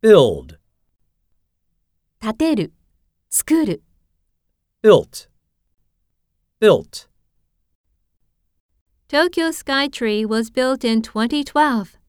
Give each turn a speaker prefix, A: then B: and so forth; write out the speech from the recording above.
A: build,
B: 建てる、作る、
A: built, built.
B: Tokyo Skytree was built in 2012.